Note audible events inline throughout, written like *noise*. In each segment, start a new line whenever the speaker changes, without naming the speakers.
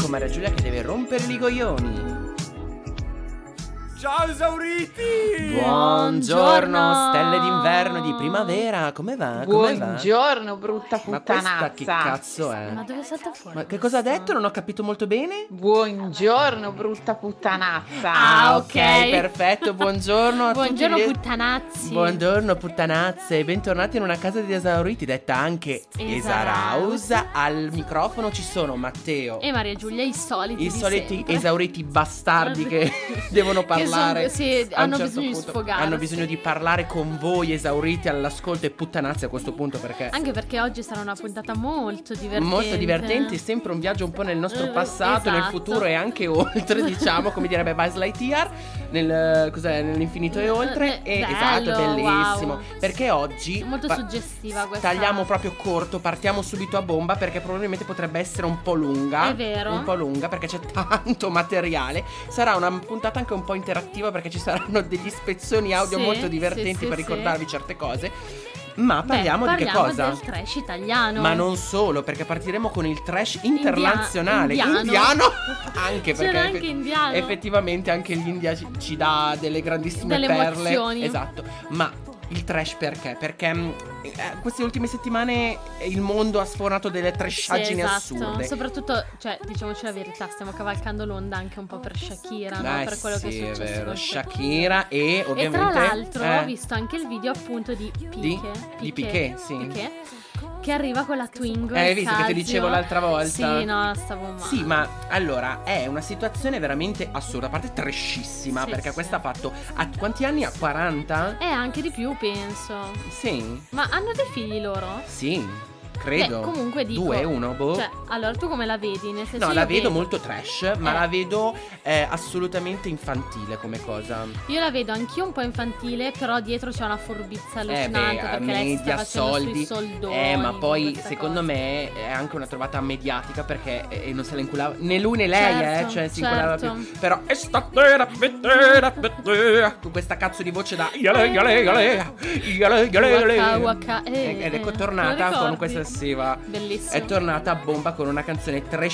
con Maria Giulia che deve romperli i coglioni.
Ciao esauriti!
Buongiorno, stelle d'inverno, di primavera, come va? Come Ah, va?
Buongiorno, brutta
Ma questa che
puttanazza.
cazzo è?
Ma dove salta fuori?
Ma che cosa ha
questa?
detto? Non ho capito molto bene.
Buongiorno, brutta puttanazza.
Ah, ok.
perfetto. Buongiorno a
Buongiorno
tutti. gli-
puttanazzi.
Buongiorno puttanazze, bentornati in una casa di esauriti detta anche
Esaraus.
Esarausa. Al microfono ci sono Matteo,
E Maria Giulia, i soliti.
i
di
soliti
sempre.
esauriti bastardi
*laughs*
che *laughs* devono
Che son-
parlare.
sì,
A un
hanno
certo
bisogno di
punto
sfogare.
Hanno bisogno di parlare con voi esauriti all'ascolto e puttanazze a questo punto perché
Anche perché oggi sarà una puntata molto divertente.
molto divertenti, sempre un viaggio un po' nel nostro
Eh,
passato, nel
esatto.
futuro e anche *laughs* oltre, diciamo, come direbbe Buzz Lightyear, nel, cos'è, nell'infinito e oltre.
Eh,
E-
bello,
esatto, bellissimo.
wow.
Perché oggi...
Molto
fa-
suggestiva questa.
Tagliamo proprio corto, partiamo subito a bomba perché probabilmente potrebbe essere un po' lunga.
È vero.
Un po' lunga perché c'è tanto materiale. Sarà una puntata anche un po' interattiva perché ci saranno degli spezzoni audio
Sì,
molto
sì,
divertenti
sì,
per
sì.
ricordarvi certe cose. Ma
Beh,
parliamo, di che cosa?
Parliamo del trash italiano.
Ma non solo, perché partiremo con il trash internazionale.
indiano.
*laughs* anche perché
C'era anche
effe-
indiano.
effettivamente anche l'India ci, ci dà delle grandissime
Delle
perle.
emozioni.
Esatto. Ma il trash perché? Perché mh, eh, queste ultime settimane il mondo ha sfornato delle
Sì,
trashaggini
esatto.
assurde.
Soprattutto, cioè, diciamoci la verità, stiamo cavalcando l'onda anche un po' per Shakira, no?
Eh
per quello
sì,
che è
è
successo.
vero.
con
Shakira e
E
ovviamente
tra l'altro
eh,
ho visto anche il video appunto di
di,
Piquet,
di Piqué, sì.
Piqué, che arriva con la Twingo.
Eh, hai
il
visto che ti
Casio.
dicevo l'altra volta?
Sì, no, stavo male.
Sì, ma allora è una situazione veramente assurda, a parte trescissima,
Sì,
perché
sì.
questa ha fatto a quanti anni? A 40?
E anche di più, penso.
Sì,
Ma hanno dei figli loro?
sì, credo.
Beh, comunque dico-
Due, uno, boh.
Cioè, allora tu come la vedi? Nel senso
No,
io
la vedo molto trash, ma
Eh.
la vedo eh, assolutamente infantile come cosa.
Io la vedo anch'io un po' infantile, però dietro c'è una furbizia
Eh
allucinante
beh,
perché lei si sta
media,
facendo sui
soldi.
soldoni.
eh, ma
con
poi
questa
secondo
cosa.
me è anche una trovata mediatica perché eh, non se la inculava né lui né lei,
Certo,
eh, cioè si
certo.
inculava più. Però è stata con questa cazzo di voce da iale, iale, iale, iale, iale, iale.
Waka, waka, eh,
Eh, ed ecco
eh, te
tornata
lo
con
ricordi?
questa sessiva.
Bellissimo.
È tornata a bomba con una canzone trashissima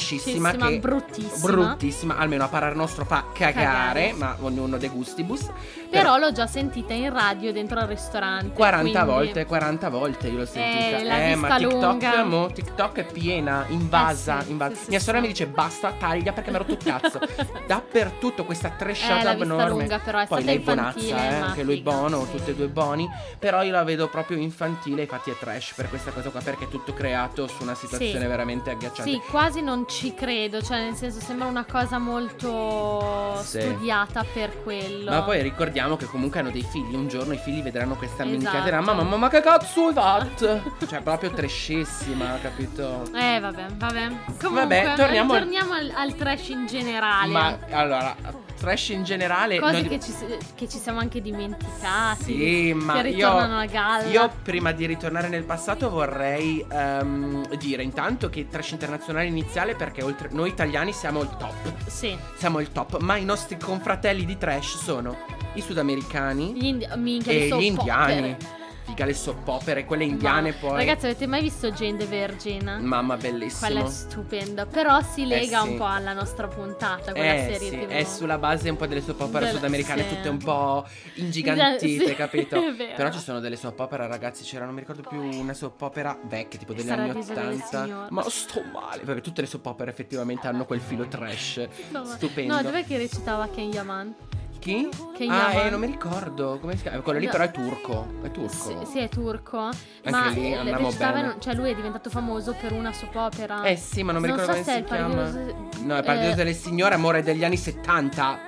Trashissima,
che
bruttissima.
bruttissima, almeno a parar nostro fa cagare,
Cagare.
ma ognuno de gustibus.
Però l'ho già sentita in radio dentro al ristorante.
40
quindi-
volte, 40 volte io l'ho sentita. Eh,
l'ha vista
ma TikTok,
lunga.
mo, TikTok è piena, invasa,
Eh sì,
invasa.
sì, sì,
Mia sorella
sì.
mi dice basta, taglia perché mi ha rotto il
*laughs*
cazzo. Dappertutto questa
Eh,
trashata
l'ha vista
abnorme.
lunga, però è stata
Poi lei
infantile.
bonazza, eh,
ma
anche lui
figa,
bono,
sì.
tutti e due buoni, però io la vedo proprio infantile, infatti è trash per questa cosa qua perché è tutto creato su una situazione
Sì.
veramente agghiacciante.
Sì, quasi non ci credo, cioè nel senso sembra una cosa molto
Sì.
studiata per quello.
Ma poi ricordiamo che comunque hanno dei figli. Un giorno i figli vedranno questa mini
Esatto.
caterina. Mamma, mamma, che cazzo
*laughs*
hai fatto? cioè, proprio trescissima, capito?
Eh vabbè, vabbè. Comunque,
Vabbè, torniamo al-
torniamo al, al trash in generale.
Ma allora, trash in generale.
Cose
noi-
che, ci, si- che ci siamo anche dimenticati.
Sì, ma
che
io,
ritornano alla galla.
io prima di ritornare nel passato vorrei ehm, dire intanto che trash internazionale iniziale perché oltre noi italiani siamo il top,
Sì.
siamo il top, ma i nostri confratelli di trash sono i sudamericani
Gli indi- minchia,
e
li so
gli indiani.
popper.
Figa le soap opere, quelle indiane
Ma-
poi.
Ragazzi, avete mai visto Jane the Virgin?
Mamma bellissimo.
Quella è stupenda, però si lega
Eh sì.
un po' alla nostra puntata, quella
eh,
serie
sì,
TV.
è sulla base un po' delle soap opera
Del-
sudamericane,
sì.
tutte un po' ingigantite,
Sì,
capito?
è vero.
Però ci sono delle soap opera, ragazzi, c'era, non mi ricordo più, una soap opera vecchia, tipo degli
Sarà
anni
il viso delle
80.
signore.
Ma sto male, vabbè, tutte le soap opera effettivamente hanno quel filo trash.
No, ma-
Stupendo.
No, dov'è che recitava Ken Yaman?
Chi?
Che
ah,
Yaman.
eh, non mi ricordo, come si chiama? Quello lì
No.
però è turco, è turco.
Sì, sì, è turco, ma
lì
eh,
andiamo
recitava in
bene.
un- cioè lui è diventato famoso per una soap opera.
Eh sì, ma non mi
Non so
ricordo
se
come
è
si
il
chiama.
paradiso-
No, è Paradiso
eh,
delle Signore, amore degli anni 70.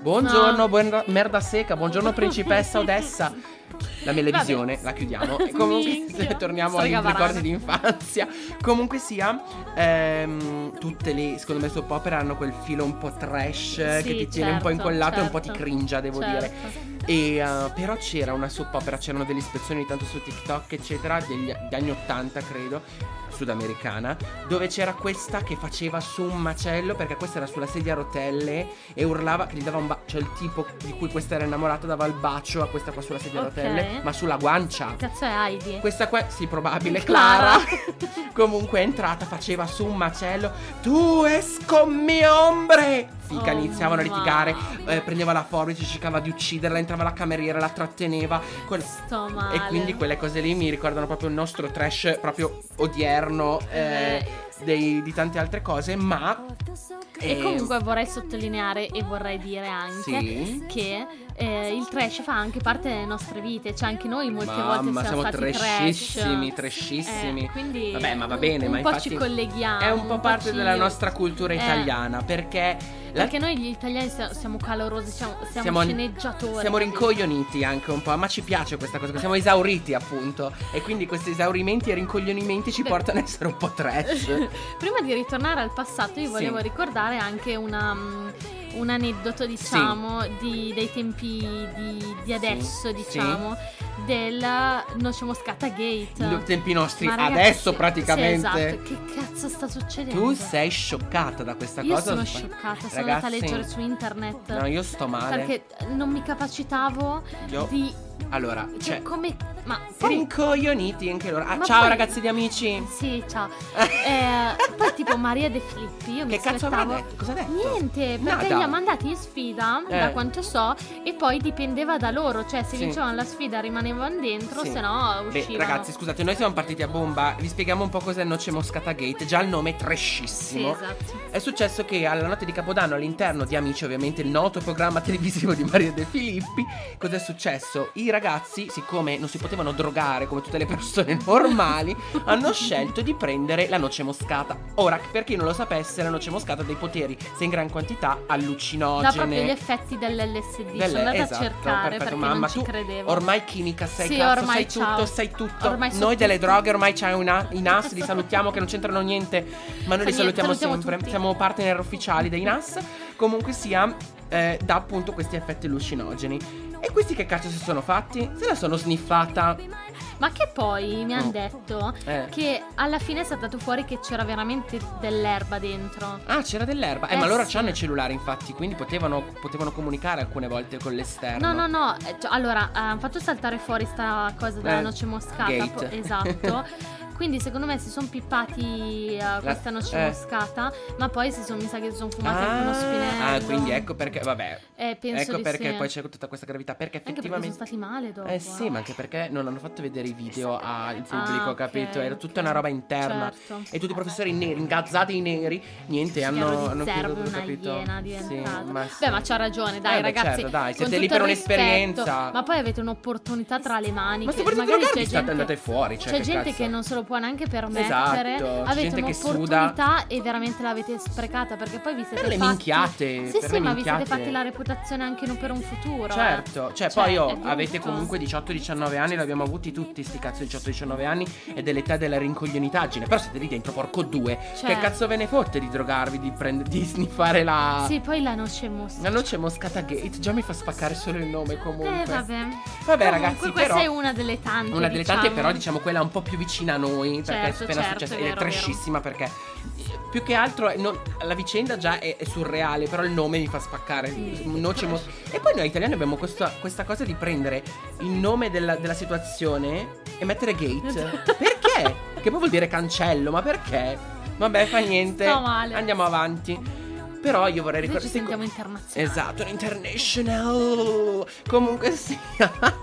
Buongiorno,
No.
buona- merda seca, buongiorno principessa Odessa. La melevisione,
Vabbè.
la chiudiamo. E comunque
Minchia.
*laughs* se torniamo ai
Strega varana.
ricordi di infanzia. Comunque sia, ehm, tutte le, secondo me, soap opera hanno quel filo un po' trash che
Sì,
ti tiene un po'
certo,
incollato e un po' ti
certo.
cringia, devo
certo.
dire. E, eh, però c'era una soap opera, c'erano delle ispezioni tanto su TikTok, eccetera, degli, degli anni 80, credo, sudamericana, dove c'era questa che faceva su un macello, perché questa era sulla sedia a rotelle e urlava che gli dava un bacio, cioè il tipo di cui questa era innamorata dava il bacio a questa qua sulla sedia a
Ok.
rotelle
Sì.
ma sulla guancia.
Cazzo è Heidi?
Questa qua, sì, probabile,
Clara.
Clara. *laughs* Comunque è entrata, faceva su un macello. Tu es con mio ombre! Fica,
Oh,
iniziavano a litigare.
mamma.
eh, prendeva la forbice, cercava di ucciderla, entrava la cameriera, la tratteneva. Quel-
Sto male.
E quindi quelle cose lì mi ricordano proprio il nostro trash proprio odierno. eh, dei- di tante altre cose, ma. eh,
E comunque vorrei sottolineare e vorrei dire anche
Sì.
che eh, il trash fa anche parte delle nostre vite, cioè anche noi molte
Mamma,
volte siamo,
siamo
stati
trashissimi,
trash.
trashissimi.
Eh, quindi
Vabbè, ma va bene,
un
ma
po'
infatti
ci colleghiamo.
È un po' parte
ci-
della nostra cultura
Eh,
italiana perché la-
Perché noi gli italiani sia- siamo calorosi, siamo, siamo sceneggiatori.
Siamo rincoglioniti anche un po', ma ci piace questa cosa, siamo esauriti appunto. E quindi questi esaurimenti e rincoglionimenti ci
Beh.
portano a essere un
*laughs*
po' trash.
Prima di ritornare al passato, io
Sì.
volevo ricordare anche una, mm, un aneddoto, diciamo, di- dei tempi di, di adesso,
Sì.
diciamo, della noce moscata gate.
I tempi nostri,
Esatto. Ma ragazzi,
adesso
sì,
praticamente.
esatto. Che cazzo sta succedendo?
Tu sei scioccata da questa
Io
cosa?
sono
o sbag-
scioccata, sono
Ragazzi,
andata a leggere su internet.
No, io sto male.
Perché non mi capacitavo
Io-
di.
Allora,
Cioè,
cioè,
come. Ma poi-
rincoglioniti anche loro. Ah,
Ma
ciao
poi-
ragazzi di amici.
Sì, ciao. Eh, poi
*laughs*
tipo Maria De Filippi, io mi
Che cazzo avrà
aspettavo.
detto? Cosa ha detto?
Niente, perché
Nada.
li ha mandati in sfida,
Eh.
da quanto so, e poi dipendeva da loro, cioè se
Sì.
vincevano la sfida rimanevano dentro,
Sì.
se no
Beh,
uscivano.
ragazzi, scusate, noi siamo partiti a bomba. Vi spieghiamo un po' cos'è Noce Moscata Gate. Già il nome è
sì,
trashissimo.
esatto.
È successo che alla notte di Capodanno all'interno di Amici, ovviamente il noto programma *laughs* televisivo di Maria De Filippi, cos'è successo? I ragazzi, siccome non si potevano drogare come tutte le persone *laughs* normali, hanno scelto di prendere la noce moscata. Ora, per chi non lo sapesse, la noce moscata ha dei poteri, se in gran quantità,
Da proprio gli
allucinogene.
effetti dell'LSD,
Delle-
sono andata
esatto,
a cercare
perfetto,
perché
mamma,
non ci
tu
credevo.
Ormai chimica sei
Sì,
cazzo,
ormai,
sai
ciao.
tutto, sai tutto.
Ormai so
Noi delle
tutto.
droghe ormai c'hai una-
*laughs*
i NAS, li salutiamo che non c'entrano niente, ma noi li
Cioè, Niente,
salutiamo,
salutiamo
sempre.
tutti.
Siamo partner ufficiali dei NAS. Comunque sia, eh, dà appunto questi effetti allucinogeni. E questi che cazzo si sono fatti? Se la sono sniffata.
Ma che poi mi hanno
Mm.
detto
Eh.
che alla fine è stato fuori che c'era veramente dell'erba dentro.
Ah, c'era dell'erba. Eh,
Eh,
ma loro
sì.
c'hanno i cellulari, infatti, quindi potevano, potevano comunicare alcune volte con l'esterno.
No, no, no, eh, cioè, allora, eh, hanno fatto saltare fuori sta cosa della
Eh,
noce moscata,
gate.
*laughs* esatto. Quindi secondo me si sono pippati eh, questa noce
eh.
moscata, ma poi si sono, mi sa che si sono fumati anche uno spinello.
Ah, ah, quindi ecco perché, vabbè.
Eh, penso
ecco
di
perché
sì.
poi c'è tutta questa gravità. Perché
Anche perché sono stati
effettivamente.
male dopo.
Eh sì, ma anche perché non hanno fatto vedere i video al pubblico,
Ah, ok,
capito? Era
ok.
tutta una roba interna.
Certo.
E tutti i professori neri, ingazzati i neri, niente,
Chiaro
hanno,
di
hanno
zerbo,
chiuso tutto,
una
capito?
iena diventata.
Sì, ma sì.
Beh, ma c'ha ragione, dai
Eh, beh,
ragazzi.
certo, dai,
con
siete lì
tutto
per
il rispetto,
un'esperienza.
Ma poi avete un'opportunità tra le mani.
Ma
che
se volete
magari
drogarvi
c'è
state
gente,
andate fuori, cioè,
c'è
che
gente
cazzo.
che non se lo può neanche permettere.
Esatto, c'è
avete
gente che suda.
un'opportunità e veramente l'avete sprecata perché poi vi siete
Per le
fatti
minchiate,
Sì,
per
sì,
le
ma vi siete
minchiate.
fatti la reputazione anche no- per un futuro.
Certo, cioè,
Cioè,
poi
è
oh,
brutto.
avete comunque 18-19 anni, l'abbiamo avuti tutti sti cazzo 18-19 anni e dell'età della rincoglionitaggine, però siete lì dentro porco due. Che
Certo.
cazzo ve ne fotte di drogarvi, di, prend- di *laughs* sniffare
eh.
la...
Sì, poi la noce mosca.
La noce moscata gate, già mi fa spaccare solo il nome comunque.
Eh, vabbè.
Vabbè,
Comunque,
ragazzi,
questa
però
è una delle tante.
Una delle
diciamo.
tante, però, diciamo quella un po' più vicina a noi. Perché
Certo,
è appena
certo,
successa.
è
Ed è
vero, vero.
trashissima perché. eh, Più che altro eh, non- la vicenda già è, è surreale, però il nome mi fa spaccare.
Sì,
mm, Noce mos- e poi noi italiani abbiamo questa, questa cosa di prendere il nome della, della situazione e mettere gate.
Esatto.
*laughs* perché? Che poi vuol dire cancello, ma perché? Vabbè, fa niente.
Sto male.
Andiamo avanti. Però io vorrei
Noi ci
ricordare.
sentiamo internazionali.
Esatto, un international. Comunque sia, *laughs*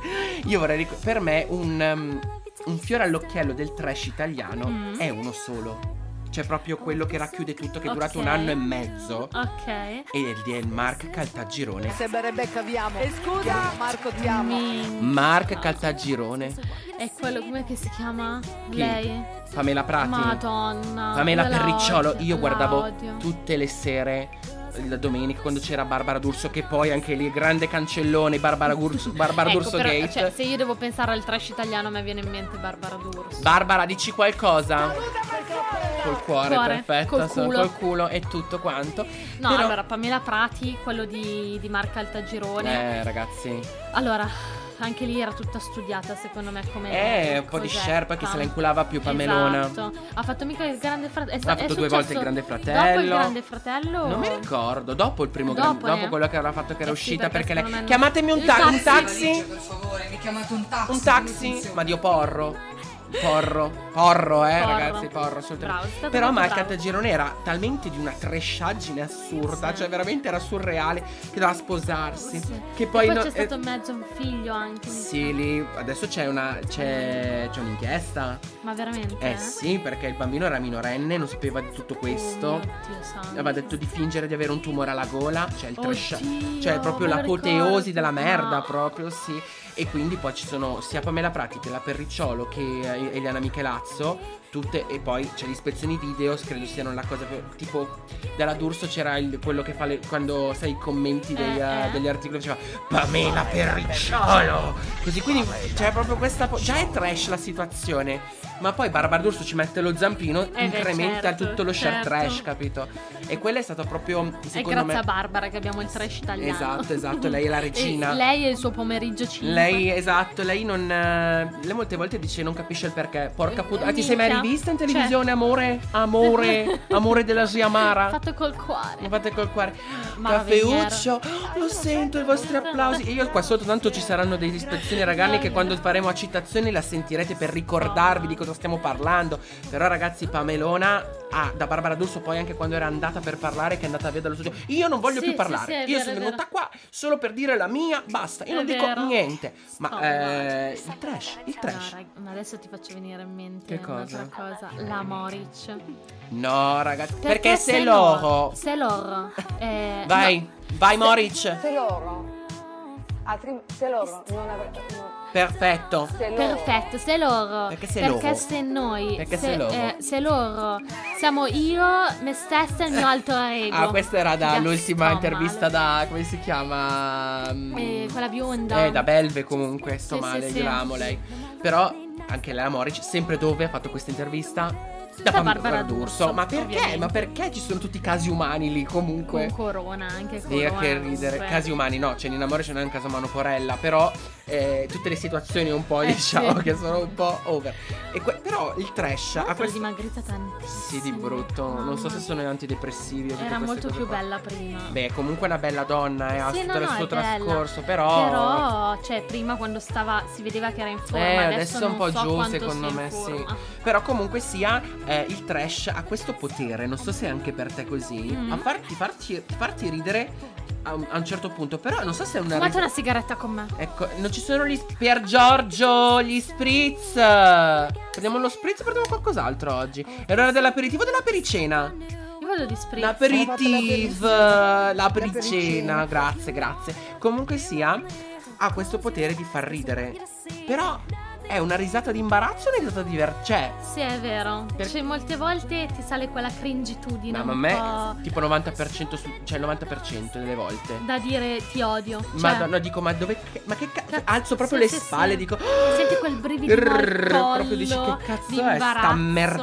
io vorrei ric- per me un, um, un fiore all'occhiello del trash italiano
Mm.
è uno solo. Cioè proprio quello che racchiude tutto, che è durato un
Ok.
anno e mezzo.
Ok.
Ed è il Mark Caltagirone.
Sembra Rebecca vi amo. E scusa, Marco ti amo.
Mi-
Mark Caltagirone.
È quello come che si chiama? Lei?
Pamela Prati.
Madonna.
Pamela
io la
Perricciolo,
odio,
io
la
guardavo
odio.
tutte le sere la domenica quando c'era Barbara D'Urso che poi anche lì grande cancellone Barbara, D'Urso Barbara
Ecco,
D'Urso
però,
Gate
cioè, se io devo pensare al trash italiano, a me viene in mente Barbara D'Urso.
Barbara, dici qualcosa? Col cuore,
Cuore,
perfetto.
col
sono-
culo.
col culo e tutto quanto.
no,
però-
allora, Pamela Prati, quello di, di Marca Altagirone.
Eh, ragazzi.
Allora, anche lì era tutta studiata, secondo me, come
Eh, un po' di
cos'è,
sherpa che se la
fam-
inculava più Pamelona.
Esatto. Ha fatto mica il Grande Fratello.
Ha fatto due volte il Grande
Dopo il
Fratello.
Grande Fratello.
Non mi ricordo, dopo il primo
Dopo,
grande, dopo
eh.
quello che aveva fatto che era
Eh sì,
uscita
perché secondo
perché,
me
lei
no.
chiamatemi un,
Il
ta- un
taxi.
taxi,
Per favore, mi chiamate un taxi.
un taxi, ma Dio porro, porro, porro eh
Porro.
ragazzi, porro assolutamente.
Bravo, è stato
Però
molto
Malcat
bravo.
Girone era talmente di una tresciaggine assurda,
Sì.
cioè veramente era surreale che doveva sposarsi.
Sì.
Che
E
poi,
poi
no-
c'è stato
eh,
in mezzo un figlio anche. mi
sì, lì adesso c'è una c'è, c'è un'inchiesta.
sa. Ma veramente?
Eh sì, perché il bambino era minorenne, non sapeva di tutto
Oh,
questo. Eh,
mio Dio santo.
Aveva detto di fingere di avere un tumore alla gola, cioè il trash,
Oddio,
cioè proprio
me lo
l'apoteosi
ricordo.
della merda,
No.
proprio sì. E quindi poi ci sono sia Pamela Prati che la Perricciolo che eh, Eliana Michelazzo, tutte e poi c'è le ispezioni video, credo siano la cosa più- tipo dalla D'Urso c'era il- quello che fa le- quando sai i commenti dei,
Eh,
eh,
eh.
degli articoli diceva Pamela Perricciolo. Così quindi c'è proprio questa po- già è trash la situazione, ma poi Barbara D'Urso ci mette lo zampino,
Eh beh,
incrementa
certo,
tutto lo share
certo.
trash, capito? E quella è stata proprio,
È
secondo
grazie
me...
a Barbara che abbiamo il trash italiano.
Esatto, esatto, lei
*laughs*
è la regina.
E lei e il suo pomeriggio 5.
Lei, esatto, lei non... eh, Lei molte volte dice non capisce il perché. Porca puttana, ti sei mai
Minchia.
rivista in televisione, amore? Amore, amore della zia Mara.
*laughs* Fatto col cuore.
Mi fate col
*gasps*
cuore.
Mara
Caffeuccio, oh, *gasps* lo sento, i vostri applausi. E Io qua sotto tanto ci saranno delle ispezioni ragazzi che quando faremo a citazioni la sentirete per ricordarvi di cosa stiamo parlando. Però ragazzi, Pamelona, ah, da Barbara D'Urso poi anche quando era andata per parlare, che è andata via dallo studio, io non voglio
Sì,
più
sì,
parlare.
sì, è
io
vero,
sono
è
venuta
vero.
qua solo per dire la mia, basta. Io
È
non dico
vero.
niente. Ma
Sto
eh, il trash, il trash.
No, rag- ma adesso ti faccio venire in mente
Che cosa?
un'altra cosa. La Moric.
No, ragazzi, perché, se
no-
loro...
Se loro. eh,
*laughs* Vai,
no,
vai Moric.
Se loro, altri- se loro non avrebbero...
Perfetto.
Se loro...
Perfetto, se loro.
Perché se loro?
se noi.
Perché se loro?
se loro Siamo io, me stessa e il
*laughs*
mio alter ego.
Ah, questa era
Già
dall'ultima
sto
intervista
male.
da. come si chiama? Mm,
Eh, quella bionda.
Eh, da Belve comunque, sto
Sì, sì,
male,
sì.
io la amo lei. Però anche lei, la Moric, sempre dove ha fatto questa intervista?
Da
Da, Pam-
Barbara D'Urso,
Ma perché?
ovviamente.
Ma perché ci sono tutti i casi umani lì comunque?
Con eh, cioè. corona anche
Via
corona.
che ridere,
comunque.
casi umani no, c'è Nina Moric non è un caso umano Porella, però eh, tutte le situazioni un po'
Eh,
diciamo
sì.
che sono un po' over. E que- però il trash
Tra
ha
l'altro è
questo...
dimagrita tantissimo.
Sì, di brutto, non so se sono antidepressivi o tutte
Era
queste
molto
cose
più
qua.
bella prima.
Beh, comunque è una bella donna, eh, ha
Sì,
tutto
no,
il
no,
suo
è bella.
trascorso, però...
Però, cioè, prima quando stava, si vedeva che era in forma.
Eh,
adesso
adesso è
non
un po'
so
giù,
quanto sia
secondo
in
me, sì.
forma.
Però comunque sia, eh, il trash ha questo potere, non so se è anche per te così,
Mhm.
a farti, farti- farti ridere a un, a un certo punto, però non so se è una...
Fumate
rid-
una sigaretta con me.
Ecco, non ci sono gli... Pier Giorgio, gli spritz! Prendiamo lo spritz e prendiamo qualcos'altro oggi. È l'ora dell'aperitivo o della pericena?
Io vado di spritz.
L'aperitif, la pericena, eh, grazie, grazie. Comunque sia, ha questo potere di far ridere. Però è una risata di imbarazzo o una risata di ver- Cioè,
Sì, è vero.
Per-
Cioè, molte volte ti sale quella cringitudine.
no, ma a
un
me
po'
tipo 90%, su, cioè il 90% delle volte.
Da dire ti odio. Cioè,
Ma no, no, dico, ma dove... che- Ma che cazzo...
Cazzo,
Alzo proprio
sì,
le
sì,
spalle,
sì.
dico...
Senti quel brivido al
Rrrr,
collo,
Proprio dici che
di
cazzo è sta
imbarazzo." A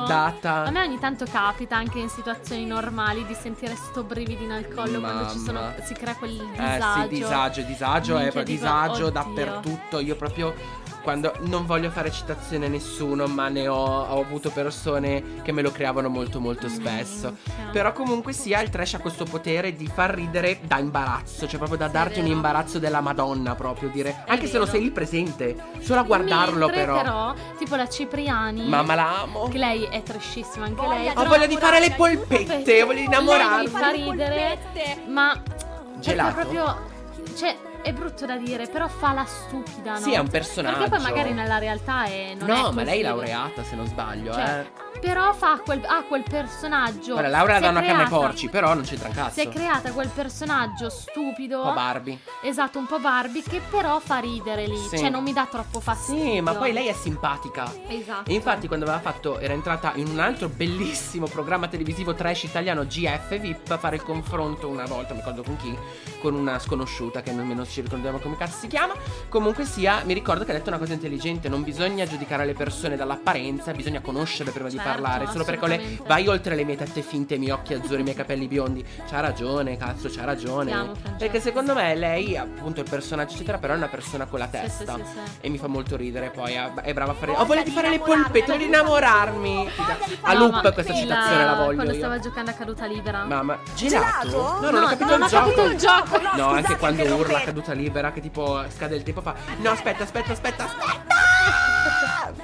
merdata.
me ogni tanto capita anche in situazioni normali di sentire sto brividino al collo quando ci sono,
Mamma.
si crea quel
Eh
disagio.
sì, disagio, disagio,
Minchia,
è proprio
dico,
disagio
oddio.
dappertutto. Io proprio quando non voglio fare citazione a nessuno, ma ne ho, ho avuto persone che me lo creavano molto
Mm.
molto spesso.
Minchia.
Però comunque sia il trash ha questo potere di far ridere da imbarazzo, cioè proprio da
Sì, è
darti un
vero.
imbarazzo della Madonna proprio dire, anche se lo
vero.
sei lì presente, solo a guardarlo
Mentre
però.
tipo la Cipriani.
Mamma la amo.
Che lei è trashissima anche lei.
Ho voglia di fare le polpette, ho voglia
Lei
di
mi
innamorarmi.
fa ridere, ma
Gelato?
perché proprio cioè è brutto da dire, però fa la stupida, no?
Sì, è un personaggio.
Perché poi magari nella realtà è non è
No, ma
così.
lei è laureata se non sbaglio,
Cioè,
eh.
però fa quel, ha quel personaggio.
Ora
si
Laura
è
da una canna ai
creata-
porci, però non c'entra un cazzo.
Si è creata quel personaggio stupido.
Un po' Barbie.
Esatto, un po' Barbie che però fa ridere lì,
Sì.
cioè non mi dà troppo fastidio.
Sì, ma poi lei è simpatica.
Esatto.
E infatti quando aveva fatto era entrata in un altro bellissimo programma televisivo trash italiano GF VIP a fare il confronto una volta, mi ricordo con chi, con una sconosciuta che nemmeno ci ricordiamo come cazzo si chiama. Comunque sia, mi ricordo che ha detto una cosa intelligente, non bisogna giudicare le persone dall'apparenza, bisogna conoscerle prima di
Certo,
parlare solo perché le-
assolutamente.
vai oltre le mie tette finte, i miei occhi azzurri, i miei capelli biondi. C'ha ragione, cazzo, c'ha ragione.
Ti amo, Francesca.
perché secondo me lei, appunto, il personaggio, eccetera, però è una persona con la
Sì, sì,
testa.
sì, sì.
E mi fa molto ridere. Poi ah, è brava a fare.
Voglia
Ho voglia
di
di fare le
innamorarmi,
polpette, voglio innamorarmi. A
No,
loop
ma
questa
la-
citazione la voglio.
Quando
io.
stava giocando a caduta libera.
Mamma, gelato?
Gelato?
No, non
No,
ho capito
non
il
ho
gioco.
capito il gioco.
No,
No,
scusate,
anche quando
interrompete.
urla caduta libera che tipo scade il tempo fa. No, aspetta, aspetta, aspetta, aspetta.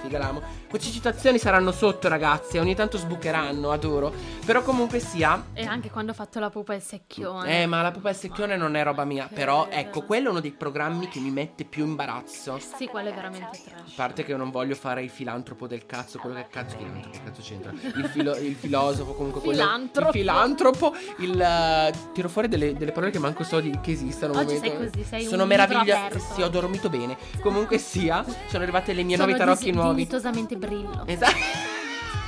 Figa l'amo. Queste citazioni saranno sotto, ragazzi. Ogni tanto sbucheranno, adoro. Però comunque sia.
E anche quando ho fatto la pupa e il secchione.
Eh, ma la pupa e il secchione non è roba mia.
che
Però
vera.
ecco, quello è uno dei programmi che mi mette più imbarazzo. A
Sì, quello è veramente trash.
parte che non voglio fare il filantropo del cazzo, quello che cazzo filantropo, che cazzo c'entra?
*laughs*
Il, filo- il filosofo, comunque quello.
Filantropo.
Il filantropo. Il. eh, tiro fuori delle, delle parole che manco so di- che esistano.
Oggi
momento.
sei così, sei un
Sono
libro
meraviglioso.
aperto.
Sì, ho dormito bene. Comunque sia, sono arrivate le mie
Sono
nuove tarocchi
dis-
nuovi.
dignitosamente brillo.
Esatto.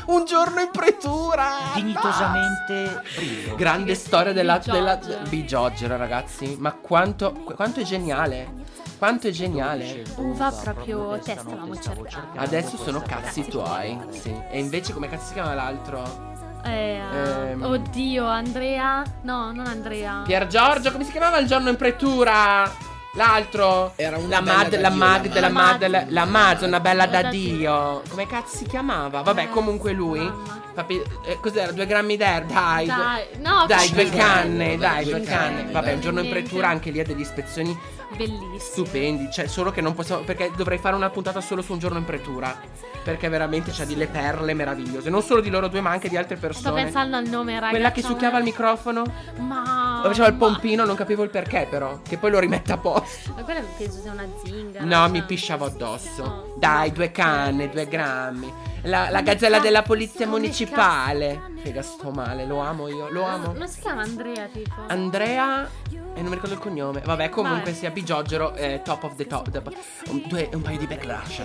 *laughs* Un giorno in pretura.
Dignitosamente brillo.
Grande storia della, della
Bigiogero.
Bigiogero, ragazzi. Ma quanto, qu- quanto è geniale! Quanto è geniale!
Uva proprio testa, la
cercando.
moccercata.
Adesso sono
Cazzi
cazzi tuoi.
tuoi.
Sì. E invece come cazzo si chiama l'altro?
Eh,
Ehm.
Oddio, Andrea. No, non Andrea.
Pier Giorgio, come si chiamava il giorno in pretura? L'altro?
Era una bella
la Mad,
da
la
Dio,
Mad,
la
la
Mad.
Mad, la- la Mad, una bella
Bella
da
da
Dio. Come cazzo si chiamava? Vabbè,
Eh,
comunque lui.
mamma.
Papi- eh, cos'era? Due grammi d'air? Dai.
Dai, no,
Dai,
che-
due canne,
Dai,
dai,
due
due canne.
canne,
Vabbè,
dai.
un giorno in
Niente.
pretura anche lì ha delle ispezioni
Bellissimo.
stupendi. Cioè, solo che non possiamo. Perché dovrei fare una puntata solo su un giorno in pretura. Perché veramente c'ha delle perle meravigliose. Non solo di loro due, ma anche di altre
Sto
persone.
pensando al nome, raga.
Quella che
cioè,
succhiava il microfono.
Ma.
Faceva il
ma-
pompino, non capivo il perché, però. Che poi lo rimette a posto.
Ma quella mi penso sia una zingara.
No,
cioè.
mi pisciavo addosso.
No.
Dai, due canne, due grammi. La, la gazzella della polizia
Come
municipale. Figa, sto male, lo amo io, lo amo.
Non, non si chiama Andrea, tipo.
Andrea e non mi ricordo il cognome. Vabbè, comunque
Vai.
sia Bigiogero eh, top of the top. the- un, due- un paio di backlash.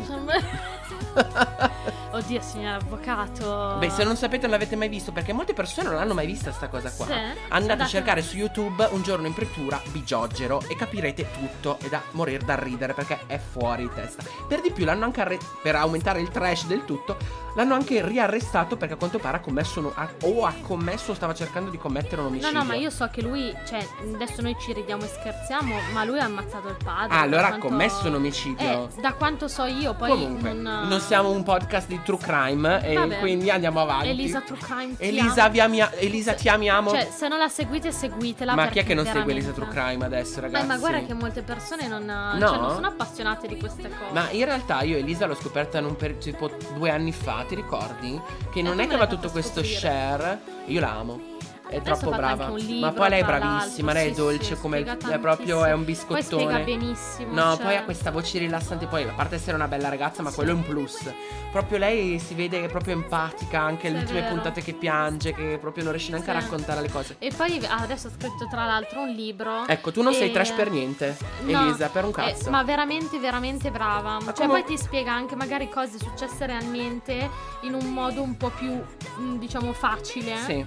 *laughs* Oddio, signor avvocato.
Beh, se non sapete non l'avete mai visto, perché molte persone non l'hanno mai vista sta cosa qua.
Sì.
Andate
Andate-
a cercare su YouTube un giorno in pretura Bigiogero e capirete tutto. È da morire da ridere perché è fuori di testa. Per di più l'hanno anche arre- per aumentare il trash del tutto, l'hanno anche riarrestato perché a quanto pare ha commesso un- ha- o ha commesso o stava cercando di commettere un
No,
omicidio.
no, ma io so che lui, cioè, adesso noi ci ridiamo e scherziamo, ma lui ha ammazzato il padre.
Ah, allora
da
ha commesso un omicidio.
Eh, da quanto so io, poi
Comunque,
non, eh,
non... siamo un podcast di true crime e
Vabbè.
quindi andiamo avanti.
eh, Elisa True Crime. ti
Elisa,
amo.
vi amia- Elisa, ti amiamo.
Cioè, se non la seguite, seguitela.
ma chi è
perché
che non segue
veramente-
Elisa True Crime adesso,
Dai,
ragazzi?
ma guarda che molte persone non,
No?
cioè, non sono appassionate di queste cose.
Ma in realtà io Elisa l'ho scoperta in un per- tipo due anni fa, ti ricordi? Che non
Eh, tu
è
me l'hai
che va
fatta
tutto questo
scoprire.
share. Io la amo. È
Adesso ha
troppo
fatto
brava.
anche un libro,
ma poi lei è
tra
bravissima,
l'altro.
lei è
Sì,
dolce
sì,
come
spiega
è proprio è un
tantissimo.
biscottone.
Poi spiega benissimo.
No,
cioè.
poi ha questa voce rilassante, poi a parte essere una bella ragazza, ma quello è un plus. Proprio lei si vede che è proprio empatica, anche
Sì,
le
è
ultime
vero.
puntate che piange, che proprio non riesce neanche
Sì.
a raccontare le cose.
E poi ah, adesso ha scritto tra l'altro un libro.
Ecco, tu non sei
e-
trash per niente,
No,
Elisa, per un
eh,
cazzo.
ma veramente, veramente brava. cioè,
come-
poi ti spiega anche magari cose successe realmente in un modo un po' più, mm, diciamo, facile.
Sì.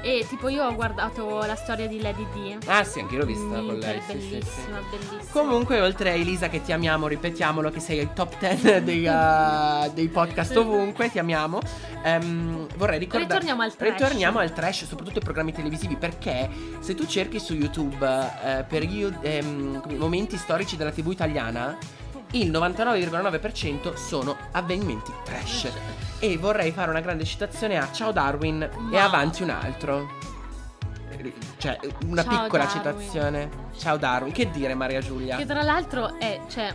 E tipo, io ho guardato la storia di Lady D.
Ah, sì, anche io l'ho vista con
Minchia,
lei.
è
Sì, sì, sì.
bellissima, bellissima.
Comunque, oltre a Elisa, che ti amiamo, ripetiamolo, che sei il top 10 *laughs* dei, eh, dei podcast ovunque, ti amiamo. ehm, vorrei ricordare.
Ritorniamo al trash.
Ritorniamo al trash, soprattutto ai programmi televisivi, perché se tu cerchi su YouTube eh, perio- ehm, come- momenti storici della TV italiana, il 99,9% sono avvenimenti trash. E vorrei fare una grande citazione a Ciao Darwin e
Ma-
avanti un altro. Cioè, una
Ciao
piccola
Darwin.
citazione. Ciao Darwin, che dire Maria Giulia?
Che tra l'altro è, cioè,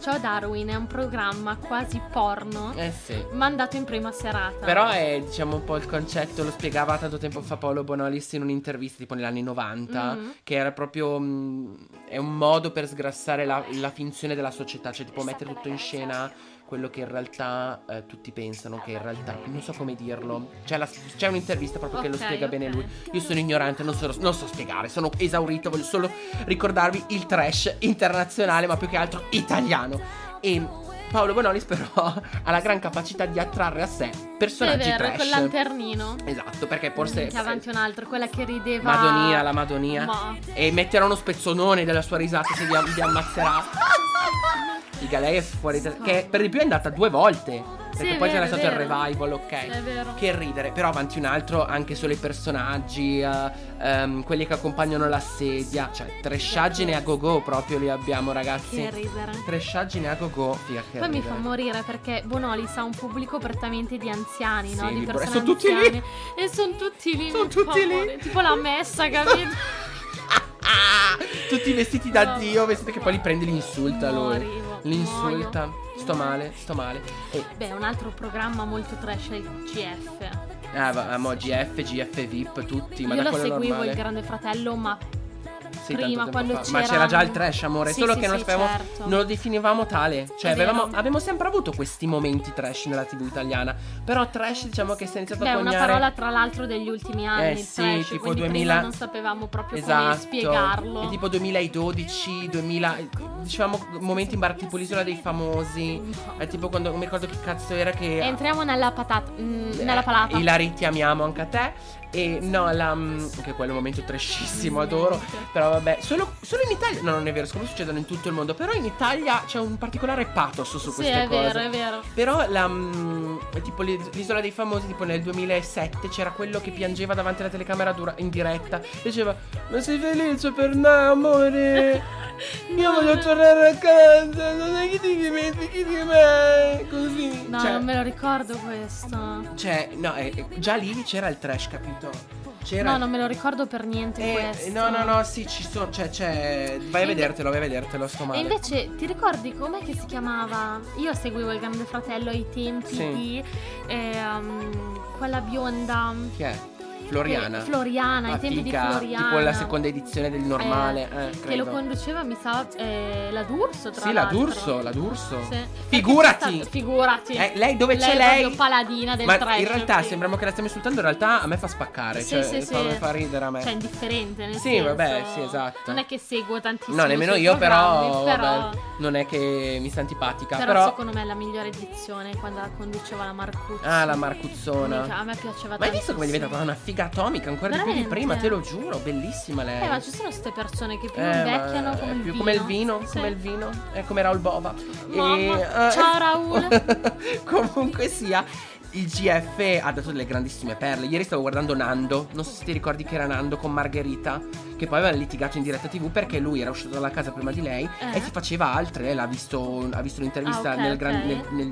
Ciao Darwin è un programma quasi porno
Eh sì.
mandato in prima serata.
Però è diciamo un po' il concetto, lo spiegava tanto tempo fa Paolo Bonolis in un'intervista tipo negli anni 90,
Mhm.
che era proprio mh, è un modo per sgrassare la, la finzione della società, cioè tipo mettere tutto in scena quello che in realtà eh, tutti pensano che in realtà, non so come dirlo, c'è, la- c'è un'intervista proprio che lo
Ok,
spiega
ok.
bene lui, io sono ignorante, non, so- non so spiegare, sono esaurito, voglio solo ricordarvi il trash internazionale ma più che altro italiano e Paolo Bonolis però *laughs* ha la gran capacità di attrarre a sé
è
personaggi
vero,
trash.
col lanternino.
Esatto, perché forse
Minchia, avanti un altro, quella che rideva.
Madonia, la Madonia
Ma-
e metterà uno spezzonone della sua risata se vi,
*laughs*
vi ammazzerà. Figa, lei è fuori da- che per di più è andata due volte. Perché
Sì, è
poi
vero,
c'era
è
stato il
vero.
revival, ok.
È vero.
Che ridere, però avanti un altro, anche solo i personaggi, eh, ehm, quelli che accompagnano la sedia, cioè tresciaggine a go-go proprio li abbiamo
Che
ragazzi.
ridere.
Tresciaggine a go-go, figa che
Poi mi
ridere.
fa morire perché Bonoli sa un pubblico prettamente di anziani, no?
Sì,
Di
di-
persone
e son tutti lì.
anziane. E sono tutti lì.
Son
mi
tutti
fa
lì.
morire. Tipo
*laughs*
la messa, capito?
Tutti vestiti da
No.
Dio, vestiti che poi li prende e li insulta lui.
Morivo,
L'insulta.
muoio.
Sto male, sto male. E
Beh, un altro programma molto trash è il GF.
ah, va- mo GF, GF VIP, tutti, ma
Io
da
lo
quello
seguivo
normale.
il Grande Fratello, ma
Sì, tanto
prima
tempo
quando
fa.
c'era
Ma c'era già il trash, amore,
Sì,
solo
sì,
che non
sì,
sapevamo
certo.
non lo definivamo tale. Cioè,
È vero.
avevamo, abbiamo sempre avuto questi momenti trash nella TV italiana, però trash diciamo che si è iniziato
Beh,
a
una
coniare
parola tra l'altro degli ultimi anni,
Eh
il
sì,
trash,
tipo
quindi
2000
prima non sapevamo proprio come
Esatto.
spiegarlo.
E tipo 2012, 2000, diciamo momenti imbar- tipo l'isola dei famosi. È tipo quando non mi ricordo che cazzo era che
Entriamo nella patata, mm,
Eh,
nella palata.
E la richiamiamo anche a te. E no, la, mm, che quello è un momento trashissimo, adoro. Però vabbè, solo, solo in Italia. No, non è vero, siccome succedono in tutto il mondo. Però in Italia c'è un particolare pathos su
Sì,
queste
è
cose.
vero, è vero.
Però la, mm, è tipo l'i- l'isola dei famosi, tipo nel 2007 c'era quello che piangeva davanti alla telecamera dura- in diretta e diceva "Ma sei felice per me, amore? Io
No,
voglio
no.
tornare a casa, non è che ti dimentichi di me". Così.
No,
cioè,
non me lo ricordo questo.
cioè, no, eh, eh, già lì c'era il trash, capito? C'era
No, non me lo ricordo per niente
eh,
questo.
No, no, no, sì, ci sono, cioè,
E
c'è vai a
inve-
vedertelo, vai a vedertelo, sto male.
E invece ti ricordi com'è che si chiamava? Io seguivo il Grande Fratello ai tempi
Sì.
di ehm, quella bionda
Chi è? Floriana.
Eh, Floriana, ai tempi di
Fatica,
Floriana.
Tipo la seconda edizione del normale, eh,
che lo
credo.
conduceva, mi sa, eh, la D'Urso. Tra
Sì, la
l'altro.
D'Urso, la D'Urso.
Sì.
Figurati!
Perché c'è stato- Figurati.
Eh, lei dove
Lei
c'è
è
lei?
proprio paladina del
Ma
trash,
in realtà
sì.
sembriamo che la stiamo insultando, in realtà a me fa spaccare,
Sì,
cioè
sì,
fa,
sì.
mi fa ridere a me.
Cioè, indifferente nel
Sì,
senso-
vabbè, sì, esatto.
Non è che seguo tantissimo
no,
i
nemmeno
suoi
io però,
programmi, però...
vabbè, non è che mi sta antipatica,
Però,
però,
secondo me è la migliore edizione quando la conduceva la Marcuzzi.
ah, la Marcuzzona.
Mica- A me piaceva
Ma hai visto
tantissimo.
come è diventata una figa atomica ancora di più di
Veramente.
prima, te lo giuro, bellissima lei.
Eh, ma ci sono queste persone che più
Eh, ma
invecchiano come
è
il
più
vino.
come il vino,
Sì.
come il vino, è come Raul Bova. eh,
Mamma, ciao, Raul.
*laughs* Comunque sia, il GF ha dato delle grandissime perle. Ieri stavo guardando Nando, non so se ti ricordi che era Nando con Margherita, che poi aveva litigato in diretta TV perché lui era uscito dalla casa prima di lei
Eh.
e si faceva altre. Lei l'ha visto, ha visto un'intervista
Ah, ok,
nel, gran-
ok.
nel-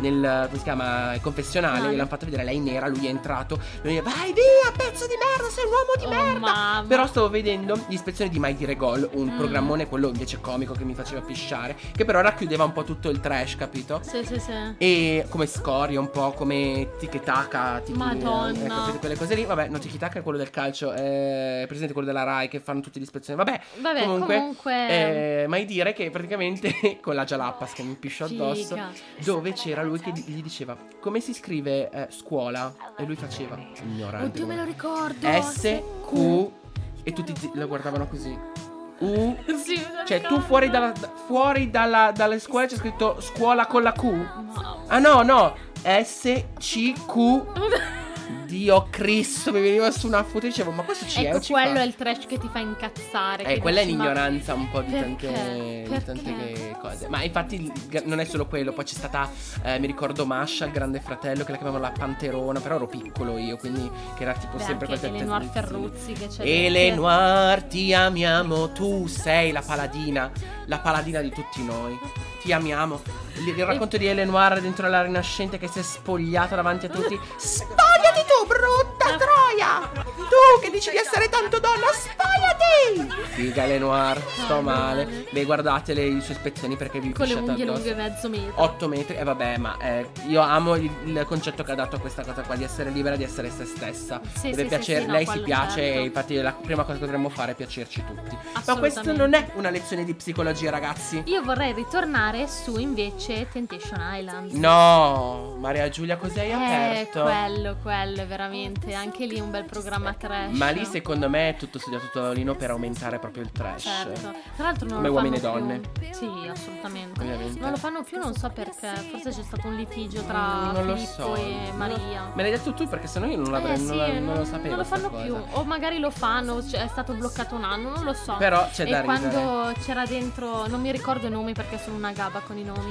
nel- nel- come si chiama, il confessionale,
Vale.
l'hanno fatto vedere lei nera, lui è entrato, lui è vai via, pezzo di merda, sei un uomo di
Oh,
merda.
mamma.
Però stavo vedendo l'ispezione di Mai Dire Gol, un
Mm.
programmone, quello invece comico che mi faceva pisciare, che però racchiudeva un po' tutto il trash, capito?
Sì, sì, sì.
E come scoria, un po' come tiki taka, tiki,
Madonna.
eh, ecco, tutte quelle cose lì. Vabbè, no, tiki taka è quello del calcio, eh, presente quello della Rai che fanno tutte le ispezioni. Vabbè,
Vabbè,
comunque,
comunque... mm, ehm.
eh, mai dire che praticamente *laughs* con la Jalapas che mi piscio addosso,
Figa.
dove c'era lui che gli diceva come si scrive eh, scuola e lui faceva ignorante.
Oddio, Oh, me lo ricordo.
S, Q e tutti zi- lo guardavano così. U.
*laughs* Sì, me lo
Cioè, tu
ricordo.
fuori, dalla, da- fuori dalla, dalle scuole c'è scritto scuola con la Q.
Mamma.
Ah no, no. S, C, Q.
*laughs*
Dio Cristo, mi veniva su una foto e dicevo, ma questo ci è o
Ecco,
Eh, ci
quello
fa?
è il trash che ti fa incazzare.
Eh,
che
quella è
dici, ma-
l'ignoranza un po' di tante,
Perché?
di tante
Perché?
che- cose. Ma infatti il ga- non è solo quello, poi c'è stata, eh, mi ricordo Masha, il grande fratello, che la chiamavano la panterona, però ero piccolo io, quindi che era tipo
Beh,
sempre
anche
questa
Eleanor
tendenza.
Ferruzzi che c'è eh,
Elenoir, ti amiamo, tu sei la paladina, la paladina di tutti noi. Ti amiamo. Il, il racconto di Elenoir dentro la Rinascente che si è spogliata davanti a tutti. Spogliati tu, brutta troia! Tu che dici di essere tanto donna, spogliati! Figa Elenoir, sto male. Beh, guardate le, le sue ispezioni perché vi
con le
pisciate
unghie
addosso.
lunghe mezzo metro.
8 metri, e vabbè, ma eh, io amo il, il concetto che ha dato a questa cosa qua, di essere libera, di essere se stessa.
Sì,
Deve
sì,
piacere,
sì, sì, no,
lei si
quello
piace
certo.
e infatti la prima cosa che dovremmo fare è piacerci tutti. Ma questo
Assolutamente.
non è una lezione di psicologia, ragazzi.
Io vorrei ritornare su invece Temptation Island.
No, Maria Giulia, cos'hai
Eh,
aperto?
quello, quello, veramente. Anche lì un bel programma trash.
Ma lì secondo me è tutto studiato tutto lì meno per aumentare proprio il trash.
Certo. Tra l'altro non
Come
lo
uomini e
fanno
donne.
più. Sì, assolutamente.
Ovviamente.
Non lo fanno più, non so perché. Forse c'è stato un litigio tra
Mm, non lo
Filippo
so.
e Maria.
Me l'hai detto tu perché sennò io non l'avrei
eh, sì,
non, la- non lo sapevo.
non lo
sta
fanno
cosa.
più, o magari lo fanno, cioè, è stato bloccato un anno, non lo so.
Però c'è
e
da
quando c'era dentro, non mi ricordo i nomi perché sono una gaba con i
*laughs*
nomi,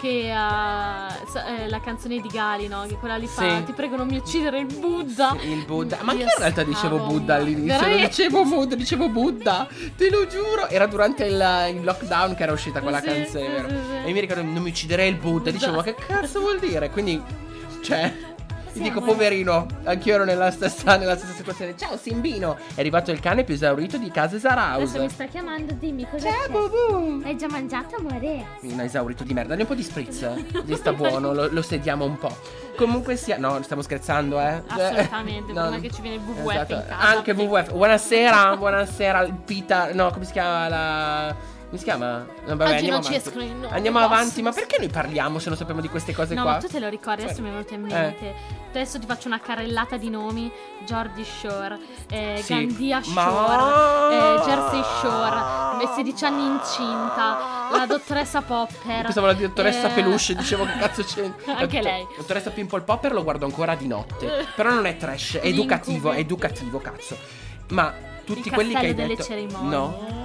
che eh, sa- eh, la canzone di Gali, no? Che quella lì fa,
Sì.
ti prego non mi uccidere il Buddha.
Il Buddha. Ma anche
Io
io in realtà
stavo-
dicevo Buddha all'inizio. Non
Veramente?
dicevo Buddha, dicevo Buddha. Te lo giuro. Era durante il, il lockdown che era uscita quella
Sì,
canzone.
sì,
vero?
sì, sì.
E mi ricordo, non mi ucciderei il Buddha.
Buddha.
Dicevo, ma che cazzo vuol dire? Quindi, cioè. Ti
Sì,
dico,
amore.
poverino, anch'io ero nella stessa, nella stessa situazione. Ciao, Simbino! È arrivato il cane più esaurito di casa
Adesso mi
House.
sta chiamando, dimmi cosa
Ciao,
c'è.
Bubu!
Hai già mangiato, amore?
Un esaurito di merda. Dai un po' di spritz. Gli sta buono, lo, lo sediamo un po'. Comunque sia. No, stiamo scherzando, eh.
Assolutamente,
No.
prima che ci viene il WWF
Esatto.
in casa.
Anche WWF. Buonasera, buonasera, il Pita. No, come si chiama la. Come si chiama? No, vabbè,
Oggi
andiamo
non ci
avanti.
escono i nomi,
Andiamo
basta.
avanti, ma perché noi parliamo se non sappiamo di queste cose
No,
qua? Eh.
ma tu te lo ricordi, adesso mi è venuto in mente. Adesso ti faccio una carrellata di nomi: Jordi Shore, eh,
Sì.
Gandia
Ma-
Shore, eh, Jersey Shore, eh, 16 anni incinta, la dottoressa Popper.
Pensavo la dottoressa
eh,
Peluche, dicevo che cazzo c'è. La
*laughs* Anche
dott-
lei.
Dottoressa Pimple Popper lo guardo ancora di notte. Però non è trash, è
Gli
educativo,
incubi.
è educativo, cazzo. Ma tutti
Il
quelli che hai
castello delle
detto
cerimonie.
No.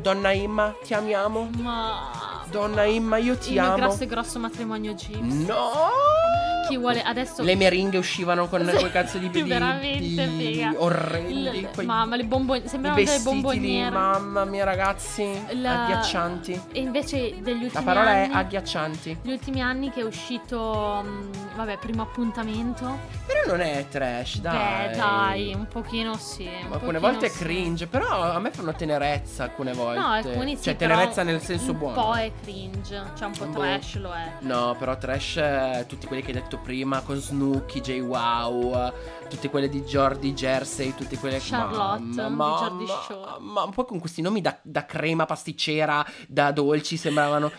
Donna Imma, ti amiamo.
Ma.
Donna Imma, io
Il
ti
mio
amo.
grosso e grosso matrimonio Gibbs.
No!
Chi vuole adesso.
Le meringhe uscivano con
Sì,
quei
*laughs*
cazzo di bidini
veramente, figa.
orrendi.
Il-
quei-
Mamma, le bomboniere.
i
Sembravano delle
vestiti lì,
bomboniere.
mamma mia, ragazzi.
La-
Agghiaccianti.
E invece degli ultimi
La parola
anni.
è agghiaccianti.
Gli ultimi anni che è uscito, mh, vabbè, primo appuntamento.
Però non è trash, dai.
Beh, dai, un pochino sì. un
Ma alcune
pochino
volte è
sì.
cringe, però a me fanno tenerezza alcune volte.
No, alcuni sì,
Cioè,
però
tenerezza
un-
nel senso
un
buono.
po' è cringe, cioè un po'
Boh.
trash lo è.
No, però trash eh, tutti quelli che hai detto prima con Snooki, J Wow, eh, tutte quelle di Jordi Jersey, tutte quelle
Charlotte,
Mamma,
di
mamma,
Jordi Shore.
Ma un po' con questi nomi da, da crema pasticcera, da
*laughs*
dolci sembravano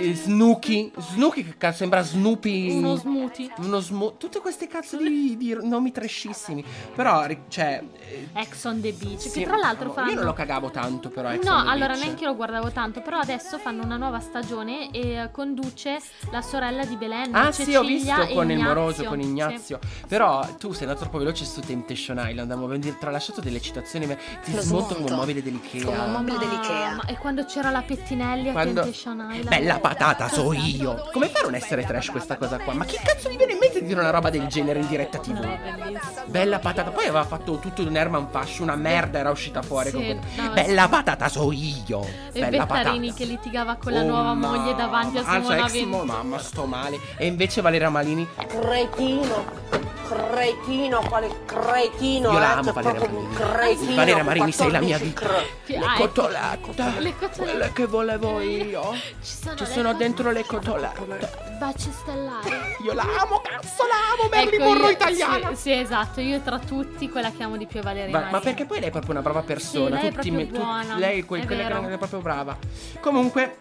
eh, Snooki, Snooki che cazzo sembra Snoopy
Uno smoothie.
uno smo- tutte queste cazzo di, di nomi trashissimi. Però ri- cioè eh,
Ex on the beach,
sì,
che tra l'altro
io non
fanno
lo cagavo tanto però Ex
No,
on the
allora
Beach.
neanche io lo guardavo tanto, però adesso fanno una nuova stagione e eh, conduce la sorella di Belen,
Ah
Cecilia
sì, ho visto
e
con il
Ignazio.
moroso, con
Sì.
Ignazio. Però tu sei andato troppo veloce su Temptation Island, avevo ben- tralasciato delle citazioni, ma ti
Lo
smonto come
smonto.
un mobile dell'Ikea.
Come un mobile dell'Ikea.
Ah, Ma e quando c'era la Pettinelli a
Quando- Eh,
Temptation Island?
Bella patata, so io. Come fa a non essere trash questa cosa qua? Ma che cazzo mi viene in mente di dire una roba del genere in diretta TV? Bella patata, poi aveva fatto tutto un Herman Fash, una merda era uscita fuori.
Sì,
con quel-
no,
Bella patata, so io.
E
Bella patata.
Bettarini che litigava con la
Oh,
nuova
mamma.
moglie davanti a
Ah, cioè,
Simona
ex Simo-
Ventura.
Mamma, sto male. E invece Valeria Malini
Cretino, cretino, quale cretino?
Io la
eh?
amo
Cioè,
Valeria
proprio un
Marini.
Cretino,
Valeria Marini sei la mia
14
vita.
cre-
Sì,
Le
ah, ecco.
cotolette,
Le cotolette.
quelle che volevo io.
Ci sono,
Ci
le
sono
cose-
dentro le cotolette.
baci stellari.
Io la amo, cazzo, la amo, Marilyn
Ecco,
Monroe
io-
italiana.
Sì, sì, esatto, io tra tutti quella che amo di più è Valeria.
Ma, ma
Marini.
perché poi lei è proprio una brava persona.
Sì, lei è
tutti
proprio
mi- tu-
buona,
lei è quel-
è
quella
vero.
che è proprio brava. Comunque.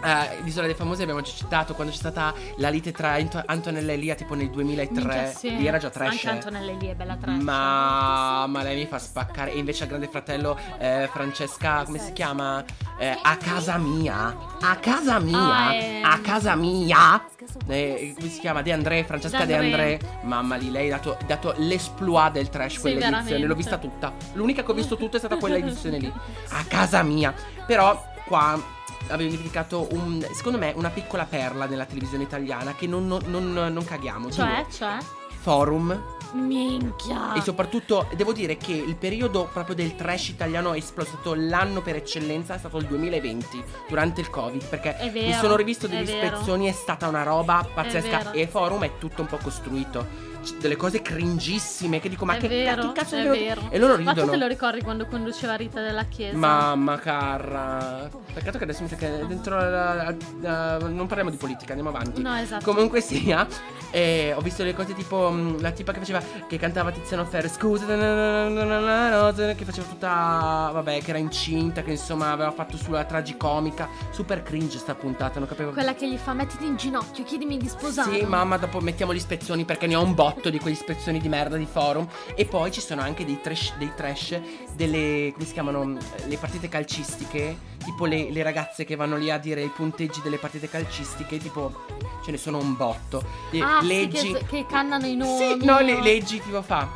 eh, L'isola dei famosi abbiamo già citato quando c'è stata la lite tra Anto- Antonella e Elia tipo nel 2003
Minchia, sì.
lì era già trash
Anche
eh.
Antonella lì è bella trash.
Ma, ma lei mi fa spaccare. E invece al grande fratello eh, Francesca, come si chiama? Eh, a casa mia. A casa mia.
Ah, eh.
A casa mia. Eh, come si chiama? De André, Francesca De
De
André.
André.
Mamma lì, lei ha dato, dato l'esploit del trash
Sì,
quella edizione.
veramente.
L'ho vista tutta. L'unica che ho visto tutta è stata quella
*laughs*
edizione lì. A casa mia. Però qua abbiamo identificato un, secondo me, una piccola perla nella televisione italiana che non, non- non- non caghiamo.
Cioè,
giuro.
cioè.
Forum.
Minchia.
E soprattutto devo dire che il periodo proprio del trash italiano è esplosato l'anno per eccellenza, è stato il 2020, durante il Covid, perché
È
mi
vero,
sono rivisto
è
degli
vero.
spezzoni, è stata una roba pazzesca
vero.
e Forum è tutto un po' costruito. C- delle cose cringissime che dico ma
È
che
vero,
cacchio cazzo
è
devo-
vero.
E loro
Ma tu te lo
ridono.
ricordi quando conduceva Rita della Chiesa?
Mamma carra. Peccato che adesso mi sa che dentro la- la- la- non parliamo di politica, andiamo avanti.
No, esatto.
Comunque sia, eh, ho visto le cose tipo mh, la tipa che faceva, che cantava Tiziano Ferro, scusa, na na na na na na na", che faceva tutta, vabbè, che era incinta, che insomma aveva fatto sulla tragicomica, super cringe sta puntata, non capivo.
Quella che gli fa mettiti in ginocchio, chiedimi di sposarmi.
Sì, mamma, dopo mettiamo gli spezzoni perché ne ho un botto botto di quegli spezzoni di merda di forum. E poi ci sono anche dei trash, dei trash delle. come si chiamano? eh, Le partite calcistiche. Tipo le, le ragazze che vanno lì a dire i punteggi delle partite calcistiche. Tipo, ce ne sono un botto. E
Ah, sì,
leggi.
che, che cannano i nomi.
Sì, no, le, leggi tipo fa.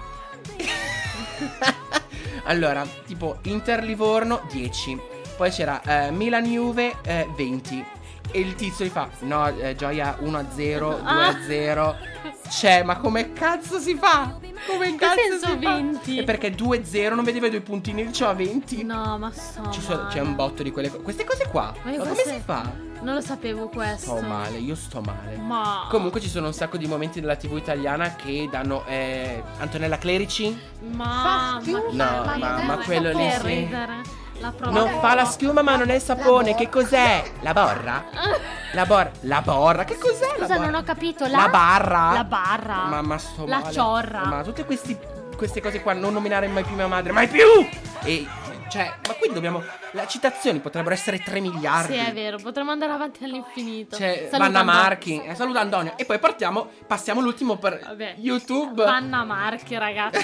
*laughs* allora, tipo Inter Livorno 10. Poi c'era eh, Milan Juve eh, 20. E il tizio gli fa: No, eh, Gioia 1 0,
Ah.
2 0. Cioè, ma come cazzo si fa? Come
Che
cazzo
senso
si fa?
20?
E perché 2 0 non vedeva i due puntini, diceva 20.
No, ma so.
Ci sono-
male.
c'è un botto di quelle cose. Queste cose qua.
Ma
Ma,
io
come
queste-
si fa?
Non lo sapevo questo.
Sto male, io sto male.
Ma.
Comunque ci sono un sacco di momenti della TV italiana che danno eh, Antonella Clerici
Ma.
Fa schiuma,
No,
che
ma-
ridere,
ma quello lì
che
sì.
ridere. La prova.
non fa la schiuma ma non è il sapone, che cos'è? La borra? La borra, la borra, che cos'è la
Scusa,
borra?
non ho capito. La,
La barra?
La barra.
Ma, ma sto
La
male.
ciorra.
Ma tutte questi- queste cose qua non nominare mai più mia madre, mai più! E cioè, ma qui dobbiamo la citazioni potrebbero essere 3 miliardi.
Sì, è vero, potremmo andare avanti all'infinito.
Cioè,
Saluta
Vanna
Antonio.
Marchi, eh, saluta Antonio e poi partiamo, passiamo l'ultimo per
Vabbè.
YouTube.
Vanna Marchi,
*laughs*
ragazzi.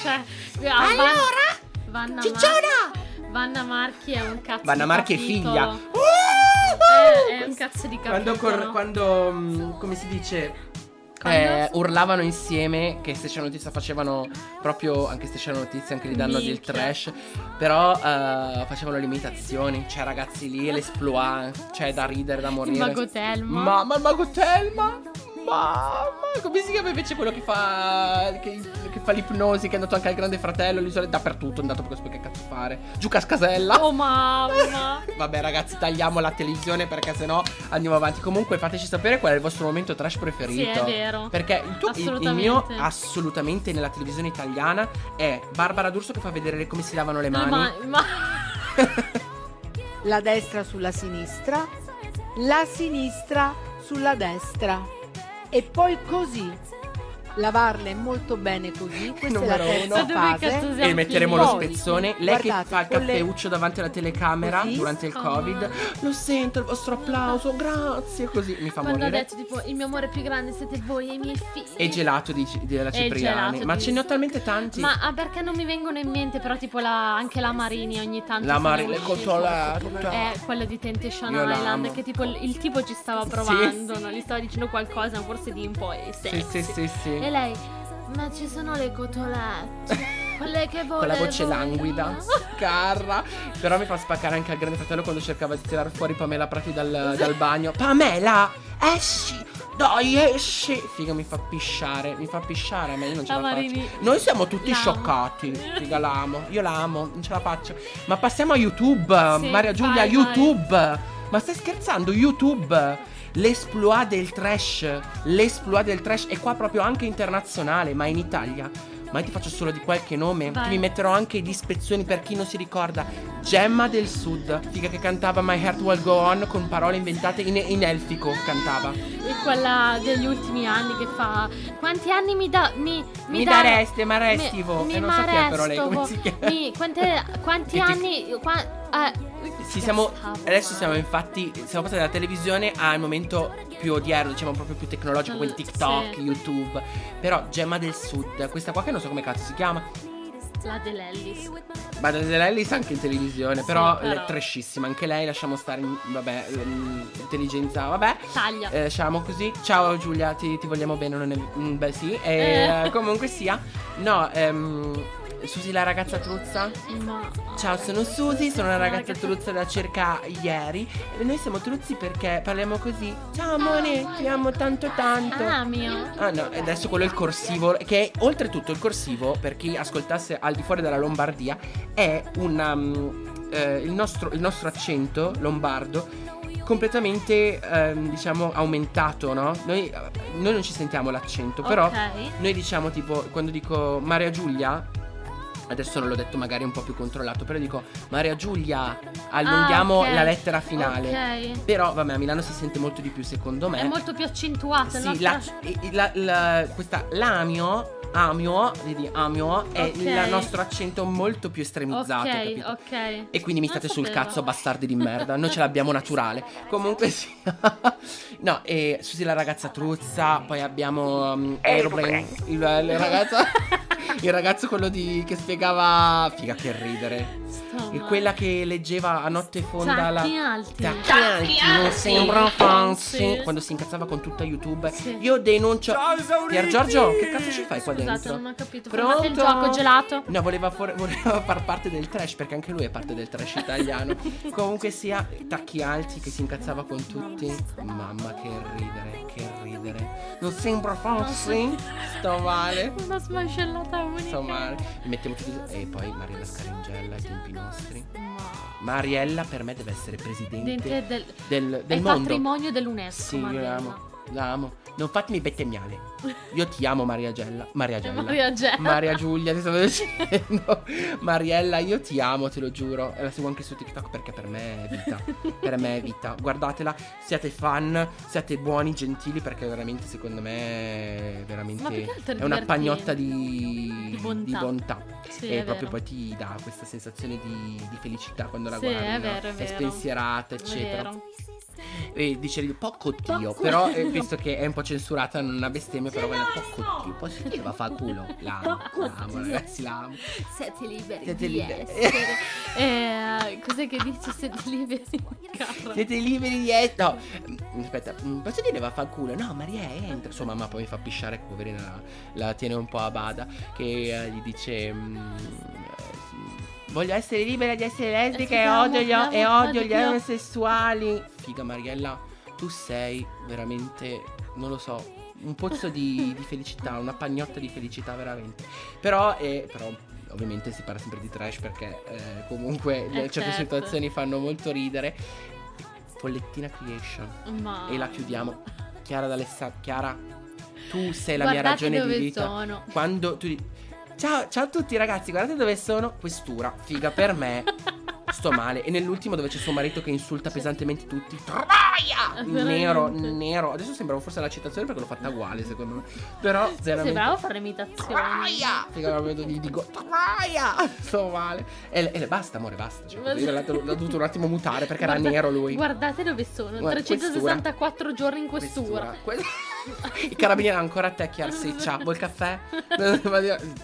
cioè, ah, Van-
Allora,
Vanna
cicciona!
Marchi. Vanna Marchi è un cazzo
Vanna
di
Marchi è
capitolo. Eh,
figlia. Uh,
È, è un cazzo di capitolo.
Quando, cor- quando, mm, come si dice?
Quando-
Eh, urlavano insieme che Station Notizia facevano proprio anche Station Notizia anche lì danno del
Minchia.
trash però eh, facevano le imitazioni cioè ragazzi lì e l'esploit cioè da ridere da morire
Il Mago Telmo.
mamma il mago Telma mamma come si chiama invece quello che fa che, che fa l'ipnosi che è andato anche al grande fratello l'isola è dappertutto è andato perché so che cazzo fare giù cascasella
Oh mamma.
Vabbè ragazzi tagliamo la televisione perché sennò andiamo avanti Comunque fateci sapere qual è il vostro momento trash
sì,
preferito
è vero.
Perché il, tuo, il- il
Assolutamente.
mio assolutamente nella televisione italiana è Barbara D'Urso che fa vedere le- come si lavano le mani
Ma, ma-
La destra sulla sinistra, la sinistra sulla destra. E poi così. Lavarle molto bene così. Questa è la
Numero uno.
terza
dove
fase.
cazzo siamo
E metteremo lo
finiti?
Poi,
spezzone Lei che
guardate,
fa il
con le-
caffeuccio davanti alla telecamera
Così.
durante il
Oh.
covid Lo sento il vostro applauso grazie Così mi fa
Quando ho
morire
detto tipo il mio amore più grande siete voi e i miei figli.
E gelato di, della
E
Cipriani
gelato
Ma
di-
ce ne ho talmente tanti
Ma ah, perché non mi vengono in mente però tipo la, anche la Marini ogni tanto
La
se ne
Marile
usciva.
controllata
È quello di Temptation
Io l'amo.
Island che tipo il, il tipo ci stava provando, no? gli stava dicendo qualcosa, forse di un po' e
Sì sì sì sì
E lei, ma ci sono le
*laughs*
cotolette, quelle che volevo
con la voce
io."
languida, scarra. Però mi fa spaccare anche al grande fratello quando cercava di tirar fuori Pamela Prati dal, dal bagno. Pamela, esci! Dai, esci! Figa, mi fa pisciare, mi fa pisciare, ma io non ce
La
la faccio.
Marini.
Noi siamo tutti
L'amo.
scioccati. Figa, l'amo. Io l'amo, non ce la faccio. Ma passiamo a YouTube.
Sì,
Maria Giulia,
vai, vai.
YouTube. Ma stai scherzando? YouTube. L'esploit del trash. L'esploit del trash. E qua proprio anche internazionale, ma in Italia. Ma io ti faccio solo di qualche nome.
Vai.
Ti vi metterò anche di spezzoni per chi non si ricorda. Gemma del Sud. Figa che cantava My Heart Will Go On con parole inventate in, in elfico. Cantava.
E quella degli ultimi anni che fa "Quanti anni mi da mi
Mi
da-
dareste, ma restivo."
Mi, mi
E non so chi è però lei, come
marestovo.
si chiama.
Mi- quante- quanti
*laughs* E ti-
anni qua- eh,
Sì, siamo,
stavo
adesso
male.
siamo infatti, siamo passati dalla televisione al momento più odierno, diciamo proprio più tecnologico, quel TikTok,
Sì.
YouTube. Però Gemma del Sud, questa qua che non so come cazzo si chiama,
la dell'Ellis.
ma lei sa anche in televisione, però,
però.
è trashissima, anche lei lasciamo stare, in- vabbè, ehm, intelligenza, vabbè.
Taglia.
Eh, lasciamo così. Ciao Giulia, ti, ti vogliamo bene, non è... mm, Beh sì,
Eh.
Eh, comunque sia. No, ehm, Susi la ragazza truzza?
Ma
Ciao, sono Susi, sono una ragazza
ragazza-
truzza da circa ieri e noi siamo truzzi perché parliamo così. Ciao amore, ti amo tanto tanto.
Ah, mio.
Ah no, e adesso quello è il corsivo, che oltretutto il corsivo, per chi ascoltasse al di fuori dalla Lombardia, è un um, eh, il, nostro, il nostro accento lombardo completamente, ehm, diciamo, aumentato, no? Noi, noi non ci sentiamo l'accento, però
Ok.
noi diciamo tipo, quando dico Maria Giulia, adesso non l'ho detto magari un po' più controllato, però dico Maria Giulia, allunghiamo
Ah, ok.
la lettera finale.
Ok.
Però, vabbè, a Milano si sente molto di più, secondo me.
È molto più accentuato il
Sì,
nostro-
la, i- la- la- questa l'amio, amio, vedi, amio è
Ok.
il nostro accento molto più estremizzato,
Ok,
capito?
ok.
E quindi mi state
Non
sul
sapevo.
cazzo, bastardi di merda. Noi ce
*laughs*
l'abbiamo naturale. Comunque sì. *laughs* no, e Susi la ragazza truzza, poi abbiamo um, Airplane, il, il
*laughs*
ragazzo il ragazzo quello di che spiegava figa che ridere.
Sto
E
male.
quella che leggeva a notte fonda la
Tacchi alti.
Tacchi alti, non sembra
Sì.
fancy. Quando si incazzava con tutta YouTube.
Sì.
Io denuncio
Ciao, esauriti!
Pier Giorgio, che cazzo ci fai qua
Scusate,
dentro?
non ho capito.
Pronto?
Fermate il gioco gelato.
No, voleva, for- voleva *laughs* far parte del trash perché anche lui è parte del trash
*laughs*
italiano. Comunque sia, tacchi alti che si incazzava con tutti. Mamma che ridere, che ridere. Non sembra fancy. Sto male.
Una smascellata unica.
Sto male. Li mettiamo tutti- E poi Mariella Scaringella ai tempi nostri.
Ma-
Mariella per me deve essere presidente
Dente del,
del,
è
del
il
mondo.
patrimonio dell'UNESCO.
Sì, io
Mariella.
la amo. La amo. Non fatemi bettemmiare. Io ti amo, Maria Gella. Maria Gella.
Eh, Maria Gella.
*laughs* Maria Giulia, ti stavo dicendo. *laughs* Mariella, io ti amo, te lo giuro. E La seguo anche su TikTok perché per me è vita. per me è vita. Guardatela, siate fan, siate buoni, gentili, perché veramente, secondo me, è
Ma più che altro
veramente
è
è una
divertente.
pagnotta di,
Di bontà.
bontà.
Sì,
e
è
proprio
vero.
poi ti dà questa sensazione di, di felicità quando la
Sì,
guardi.
è
no?
vero, è vero.
spensierata,
È
eccetera.
vero.
E dice il poco Dio, però eh, visto che è un po' censurata non ha bestemmie, però quella poco Dio, positiva fa culo. La amo, la amo, ragazzi, la amo.
Siete liberi.
Siete
di
liberi.
essere. eh, cos'è che dici? Siete liberi.
*laughs*
di carro.
Siete liberi di essere... No, mm, aspetta, mm, posso dire va fa culo? No, Maria entra. Sua mamma poi mi fa pisciare, poverina, la, la tiene un po' a bada, che eh, gli dice... mm, eh, Voglio essere libera di essere lesbica e
Amo,
odio gli, o-
amo,
e odio gli
odio.
omosessuali. Figa Mariella, tu sei veramente, non lo so, un pozzo di, di felicità, una pagnotta di felicità veramente. Però, eh, però ovviamente si parla sempre di trash perché eh, comunque le- certe
certo.
situazioni fanno molto ridere. Follettina Creation.
Ma...
E la chiudiamo. Chiara d'Alessandro. Chiara, tu sei la
Guardate
mia ragione
dove
di vita.
sono.
Quando tu di- Ciao, ciao a tutti ragazzi, guardate dove sono. Questura, figa per
*laughs*
me. Sto male. E nell'ultimo dove c'è suo marito che insulta pesantemente tutti. Troia! Nero,
Ah, Veramente.
nero. Adesso sembrava forse la citazione perché l'ho fatta uguale, secondo me. Però veramente.
Sembrava fare imitazioni.
Troia! Figa, la vedo lì, dico Troia! *laughs* Sto male. E, e basta, amore, basta. Cioè,
Ma-
l'ho, l'ho dovuto un attimo mutare perché
Guarda-
era nero lui.
Guardate dove sono.
Guarda,
364 giorni in questura. *laughs*
Questura. Que- I carabinieri ancora a te, Chiarsiccia. Vuoi
*laughs*
il caffè?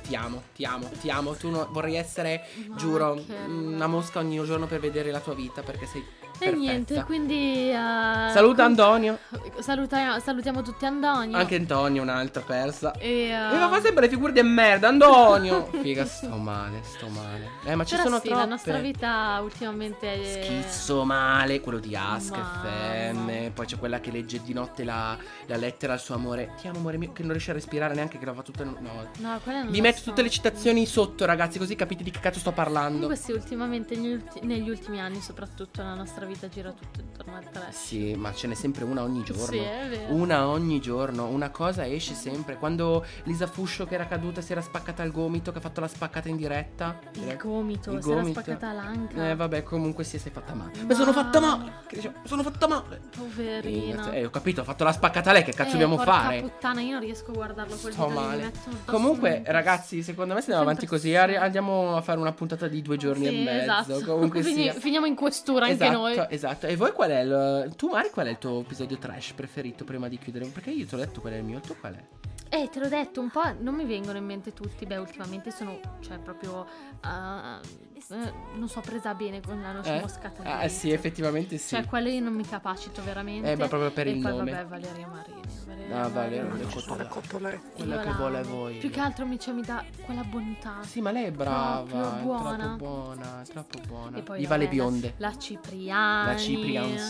ti amo, ti amo, ti amo. Tu no- vorrei essere,
Ma
giuro, mm,
che-
una mosca ogni giorno per vedere la tua vita perché sei.
E niente, quindi... eh,
Saluta
con-
Antonio.
saluta- salutiamo tutti Antonio.
Anche Antonio, un'altra persa.
E, eh,
Mi fa sempre le figure di merda, Antonio. *laughs* Figa, sto male, sto male. Eh, ma ci
però
sono
sì,
troppe.
la nostra vita ultimamente è...
Schizzo male, quello di Ask
Mamma.
FM. Poi c'è quella che legge di notte la, la lettera al suo amore. Ti amo, amore mio, che non riesce a respirare neanche, che la fa tutta. No.
No, quella non
Vi
la
metto
so.
tutte le citazioni sotto, ragazzi, così capite di che cazzo sto parlando.
Comunque sì, ultimamente negli, ulti- negli ultimi anni soprattutto la nostra vita gira tutto intorno al trash.
Sì, ma ce n'è sempre una ogni giorno.
Sì, eh. è vero.
Una ogni giorno, una cosa esce sempre. Quando Lisa Fuscio che era caduta si era spaccata il gomito, che ha fatto la spaccata in diretta.
Il
Eh,
gomito,
il
si era
gomito.
spaccata l'anca.
Eh vabbè, comunque si è fatta male. Ma,
Ma-
sono fatta male! Che diceva, sono fatta male!
Poverina.
Eh, ho capito, ho fatto la spaccata lei, che cazzo dobbiamo
Eh, porca
fare?
puttana, io non riesco a guardarlo quel
Sto
video lì, mi
male.
metto addosso
Comunque,
un-
ragazzi, secondo me se andiamo avanti
Sempre
così
sì.
arri- andiamo a fare una puntata di due giorni
Sì,
e mezzo.
esatto. *laughs*
Comunque
Fini-
sia.
Finiamo in questura
esatto,
anche noi.
Esatto. E voi qual è il tu Mari qual è il tuo episodio trash preferito prima di chiudere? Perché io ti ho detto qual è il mio, il tuo qual è?
Eh, te l'ho detto, un po' non mi vengono in mente tutti. Beh, ultimamente sono, cioè, proprio. ah, eh, non so, presa bene con la noce
Eh?
moscata.
Ah,
dentro.
sì, effettivamente sì.
Cioè, quello io non mi capacito veramente.
Eh, ma proprio per
e
il
poi,
nome.
vabbè, Valeria Marini. Valeria
Ah, vale,
Marini.
le
Io
cotolette.
la
Quella che vuole
amo.
voi.
Più che altro mi, cioè, mi dà quella bontà.
Sì, ma lei è brava, è
Proprio buona.
troppo buona, è troppo buona.
E poi,
Viva le
vabbè, la-
bionde.
La Cipriani.
La Ciprian.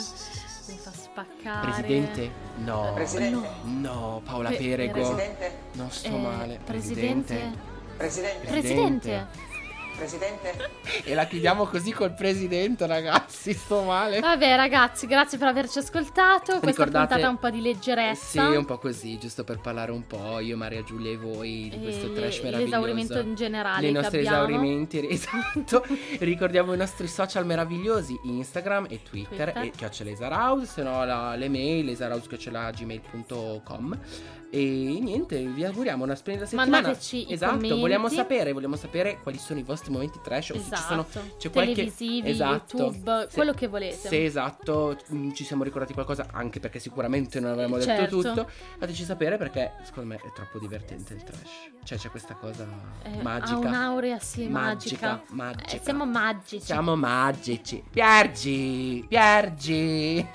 Mi fa spaccare. Eh,
Presidente? No.
Presidente.
No, Paola
Pe-
Perego.
Presidente.
Non sto
Eh,
male.
presidente.
Presidente.
Presidente.
Presidente?
E la chiudiamo così col presidente, ragazzi. Sto male.
Vabbè ragazzi, grazie per averci ascoltato. Ah, Questa
Eh. Ricordate-
puntata è un po' di
Sì,
leggerezza.
un po' così, giusto per parlare un po' io, Maria Giulia e voi di
E
questo
le-
trash meraviglioso.
l'esaurimento in generale
Le
che
nostre
abbiamo.
esaurimenti, *laughs* esatto. Ricordiamo i nostri social meravigliosi, Instagram e Twitter,
Twitter.
e chiocciola Esaraus, se no la- le mail esaraus.gmail.com e niente, vi auguriamo una splendida settimana.
Mandateci i
esatto,
commenti.
vogliamo sapere, vogliamo sapere quali sono i vostri momenti trash o se ci sono
Esatto.
c'è qualche-
Televisivi,
esatto.
YouTube,
Se-
quello che volete.
se esatto mm, ci siamo ricordati qualcosa, anche perché sicuramente non avremmo
Certo.
detto tutto, fateci sapere perché secondo me è troppo divertente il trash. Cioè c'è questa cosa
Eh,
magica.
Ha un'aurea, sì, magica.
Magica, magica.
Eh, siamo magici.
Siamo magici. Piergi, Piergi.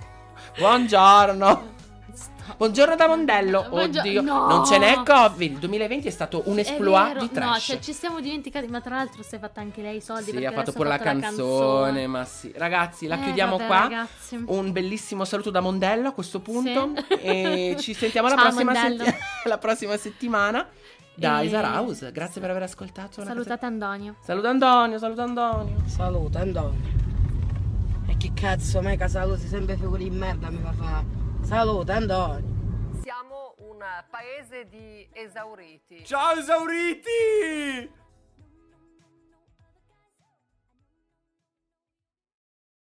Buongiorno.
Stop.
Buongiorno da Mondello.
Buongio-
Oddio,
no.
non ce n'è Covid. Il 2020 è stato un
È
esploit
vero,
di trash.
No, cioè, ci siamo dimenticati, ma tra l'altro si è fatta anche lei i soldi.
sì,
perché
ha fatto
adesso
pure la
fatto
canzone, ma sì. Ragazzi, la
Eh,
chiudiamo
vabbè,
qua.
Ragazzi.
Un bellissimo saluto da Mondello a questo punto.
*laughs* Sì.
E ci sentiamo la,
Ciao,
prossima,
Mondello.
setti- *laughs* la prossima settimana da
E-
Isara House. Grazie per aver ascoltato. Una
Salutate Antonio.
cosa- Saluta Antonio, saluta Antonio.
Saluta Antonio. E che cazzo, me che saluti sempre figure di merda mi fa fare. Saluta Antonio.
Siamo un paese di esauriti.
Ciao esauriti!